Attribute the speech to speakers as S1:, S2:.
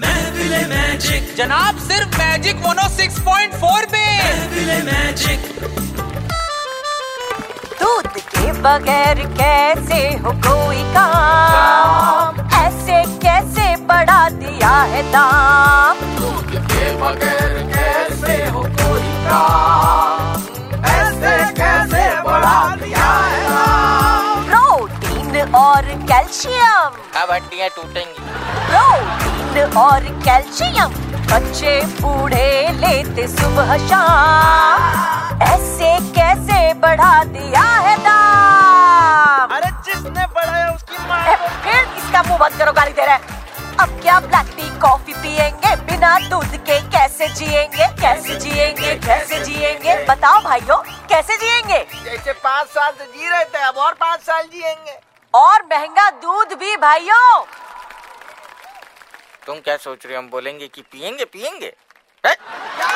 S1: महफिल मैजिक
S2: जनाब सिर्फ मैजिक मोनो 6.4 पे
S1: महफिल मैजिक
S3: दूध के बगैर कैसे हो कोई काम ऐसे कैसे बढ़ा दिया है दाम प्रोटीन और कैल्शियम
S2: अब हड्डियाँ टूटेंगी
S3: प्रोटीन और कैल्शियम बच्चे बूढ़े लेते सुबह शाम ऐसे कैसे बढ़ा दिया है दाम
S2: अरे जिसने पढ़ाया उसकी माँ
S3: अरे फिर किसका मुंह बंद करो गाली दे रहा है अब क्या ब्लैक टी कॉफी पियेंगे बिना दूध के कैसे जिएंगे कैसे जिएंगे कैसे जिएंगे बताओ भाइयों कैसे जिएंगे
S4: जैसे पाँच साल से जी रहे थे अब और पाँच साल जिएंगे
S3: और महंगा दूध भी भाइयों
S2: तुम क्या सोच रहे हो हम बोलेंगे कि पियेंगे पियेंगे है?
S4: क्या